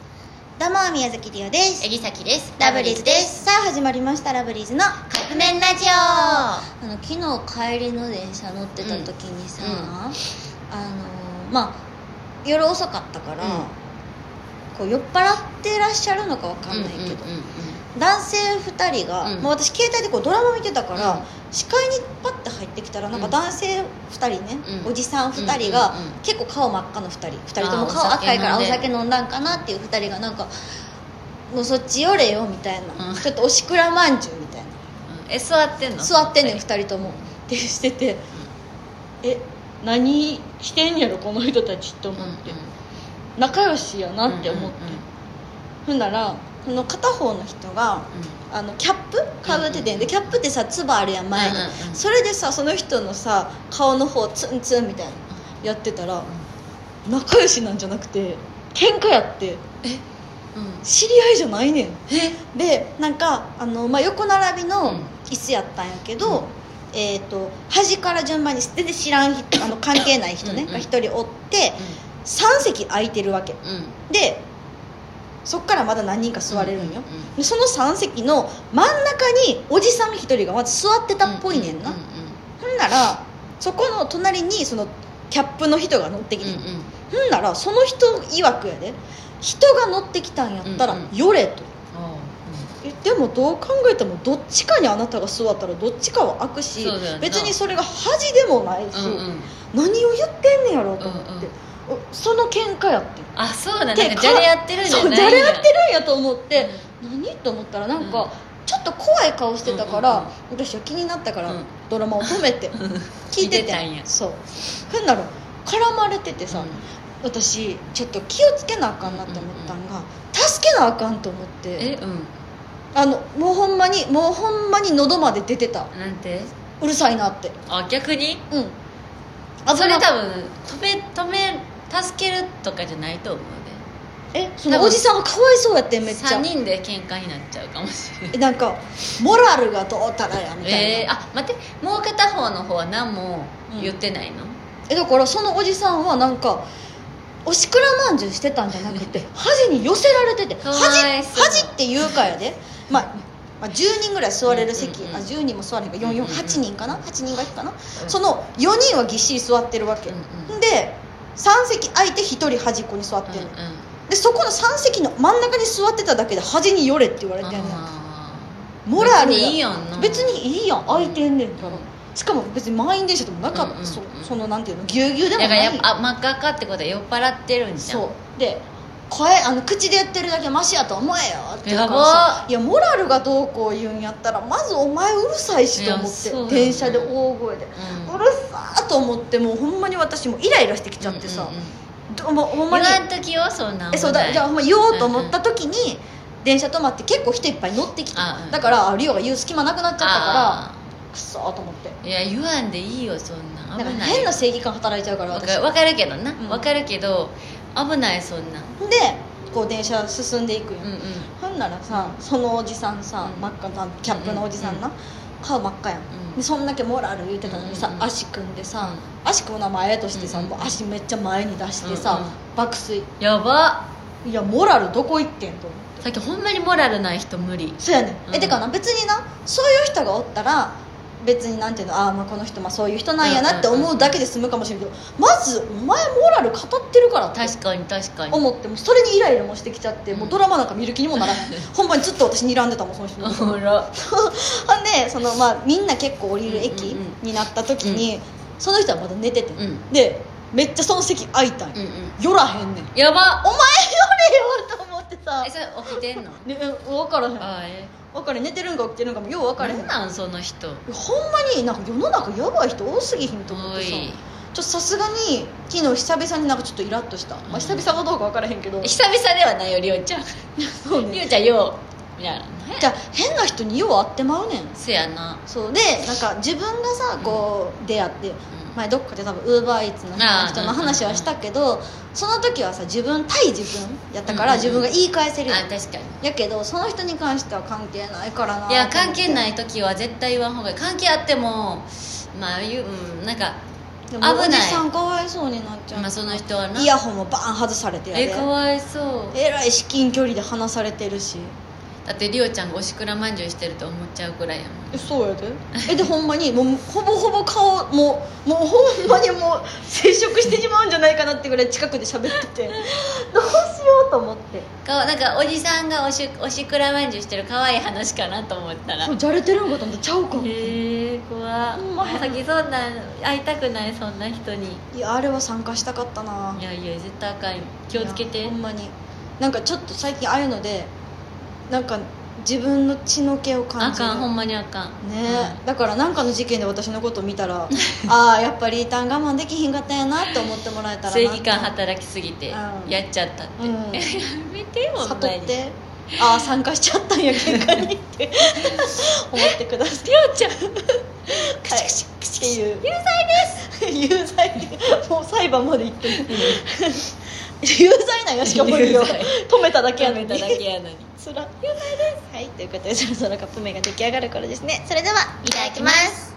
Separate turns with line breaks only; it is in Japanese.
どうも宮崎りおです
えりさきです
ラブリーズですさあ始まりましたラブリーズのあ
革命ラジオ
の昨日帰りの電車乗ってた時にさ、
うんうん
あのまあ夜遅かったから、
うん
こう酔っ払ってらっしゃるのかわかんないけど、
うんうんうん
男性2人が、
うん
まあ、私携帯でこうドラマ見てたから、
うん
視界にパッて入ってきたらなんか
うん
男性2人ね、
うん
おじさん2人が、
うんうんうん
結構顔真っ赤の2人2人とも
あー
顔赤いから
お
お
酒
酒
飲ん
飲んだんかなっていう2人がなんか「もうそっち寄れよ」みたいな、
うん
ちょっとおしくらまんじゅうみたいな
うんえ座ってんの
座ってんねん2人ともってしてて「え何してんやろこの人たち」って思って、仲良しやなって思って、ほんならその片方の人が「あのキャップかぶってて、
うんうんうん
でキャップってさつばあるやん前に、
うんうんうん
それでさその人のさ顔の方ツンツンみたいなやってたら仲良しなんじゃなくて喧嘩やって知り合いじゃないねん
え
でなんかあの、まあ、横並び
う
の
ん
椅子やったんやけ
う
ど、
ん
えっと端から順番に全然知らん人あの関係ない人ね
うんうん
が一人おって3席空いてるわけ
うん
でそっからまだ何人か座れるんよ、
うんうんうん
でその3席の真ん中におじさん1人がまず座ってたっぽいねんな、
うん
ほんならそこの隣にそのキャップの人が乗ってき
うん
て、
うんうん
ほんならその人曰くやで人が乗ってきたんやったら
うんうん
寄れと、
おう
えでもどう考えてもどっちかにあなたが座ったらどっちかは開くし
そうだよな
別にそれが恥でもないし、
うんうんうん
何を言ってんねやろうと思って、おその喧嘩やって
あそうだなん
で
かじゃれやってるんじゃ
そう
ない
じゃれ合
や
ってるんやと思って、何と思ったらなん
うん
かちょっと怖い顔してたから、
うんうん
私は気になったから、
うん
ドラマを止め て
うん
聞いてて
聞いてたんや
そうふんなら絡まれててさ、
うん
私ちょっと気をつけなあかんなって思ったんが、助けなあかんと思って
えうん
あのもうほんまにもうほんまに喉まで出てた
なんて
うるさいなって
あ逆に
うん
それ
危な
多分止め止め助けるとかじゃないと思うね
えそ
多
の
分
おじさんがかわいそうやってんめっちゃ
3人で喧嘩になっちゃうかもしれない
えなんかモラルがどうたらやみたいな、
えー、あ待ってもう片方の方は何も言ってないの、
えだからそのおじさんはなんかおしくらまんじゅうしてたんじゃなく て端に寄せられてて
かわ
端
いそう
端っていうかやで、まあ、まあ10人ぐらい座れる席、
うんうんうん
あ10人も座れへんか
うんうんうん
448人かな8人がいいかな、その4人はぎっしり座ってるわけ、
うんうん
で3席空いて1人端っこに座って
うん
る、
うん
でそこの3席の真ん中に座ってただけで端に寄れって言われてんねん
あー
モラル
別にいいやんな
別にいいやん空いてんねんから、
うん
しかも別に満員電車でもなかった、
うんうんうん
そそのなんていうのぎゅうぎゅうで
だ
も
か
ない
らやっぱあ真っ赤かってことは酔っ払ってるんじゃん
そうで声あの口で言ってるだけマシやと思えよっていうから
やば
さいやモラルがどうこう言うんやったらまずお前うるさいしと
いやそう
思
だ
っ
ね
て電車で大声で、
ん
うるさーと思ってもうほんまに私もイライラしてきちゃってさ、
うんうんうん
どうもほん
言
まに
わんときよそんなん
えそうだじゃあ
あ
ほんま言おうと思った時に、電車止まって結構人いっぱい乗ってきて
あうん
だからあリオが言う隙間なくなっちゃったか
あ
らくそーと思って
ーいや言わんでいいよそんな
なん
ん
か
危ない
変な正義感働いちゃうから
わか
私
るわかるけどな、
うん
わかるけど危ないそんなん
でこう電車進んでいくよ、
うんうん
ほんならさそのおじさんさ、
うん
真っ赤なキャップのおじさんな、
う
顔真っ赤やん、
うん
でそんだけモラル言ってたのにさ、
うんうんうん
足組んでさ、足組む名前としてさ、
うんうん
もう足めっちゃ前に出してさ、
うんうん
爆睡
やば
いやモラルどこ行ってんと思って
さっきほんまにモラルない人無理
そうやねん、
うん
えてかな別になそういう人がおったら別になんていうのあーまあこの人まあそういう人なんやなって思うだけで済むかもしれんけど、まずお前モラル語ってるからって
確かに確かに
思ってもうそれにイライラもしてきちゃってもうドラマなんか見る気にも ならんほんまにずっと私睨んでたもんその人のこと
ほら
ほんでその、まあ、みんな結構降りる駅
うんうん
になった時に、その人はまだ寝てて、
うん
でめっちゃその席空いたんよ、
うんうん
寄らへんねん
やば
お前寄れよと思ってさ
え、それ起きてんの
ね、分からへん
ああえ
分からへん寝てるんか起きてるんかもよう分からへん
何なんその人
ほんまになんか世の中やばい人多すぎひんと思っ
お
てさちょ
い
っとさすがに昨日久々になんかちょっとイラッとした、まあ、久々かどうか分からへんけど
久々ではないよりおちゃん
そう
り
ね
おちゃんようみたいな
じゃあ変な人によう会ってまうねん
せやな
そうでなんか自分がさこう出会って、前どっかで多分ウーバーイーツの
あー
人の話はしたけどその時はさ自分対自分やったから
うんうんう
自
ん
分が言い返せるやん
あ確かに
やけどその人に関しては関係ないからないい
や関係
い
ない時は絶対言わん方がいい関係あってもまあ言う、うん、なんか
で
危ない
おじさんかわいそうになっちゃう、
まあその人はな
イヤホンもバーン外されてや
え
で
かわいそう
えらい至近距離で話されてるし
だってリオちゃんがおしくらまんじゅうしてると思っちゃうくらいやもん
えそうやでえでほんまにもうほぼほぼ顔もうもうほんまにもう接触してしまうんじゃないかなってぐらい近くで喋っててどうしようと思って
かわなんかおじさんがおしおしくらまんじゅうしてるかわいい話かなと思ったら
そうじゃれてるんかと思ってちゃうかもい
へえ怖っ
ほんまや
先そんなん会いたくないそんな人に
やあれは参加したかったない
やいや絶対あかんよ気をつけ
い
て
やほんまになんかちょっと最近ああいうのでなんか自分の血の気を
あ
感じる
かんほんまにあかん
ねだから何かの事件で私のこと見た らああやっぱり一旦我慢できひんかったんやなって思ってもらえたらな
正義感働きすぎて
うん
やっちゃったって、
うん
やめてよ
悟
ほんまに
っ
り
てああ参加しちゃったん や喧嘩にって思ってください
ょうちゃん
はいっていう有罪です有罪もう裁判まで行ってる 有罪なんやしかも よ
有罪
止めただけやのに
ただ けやのに
つら有罪ですはいということでそろそろカップ麺が出来上がる頃ですね
それではいただきます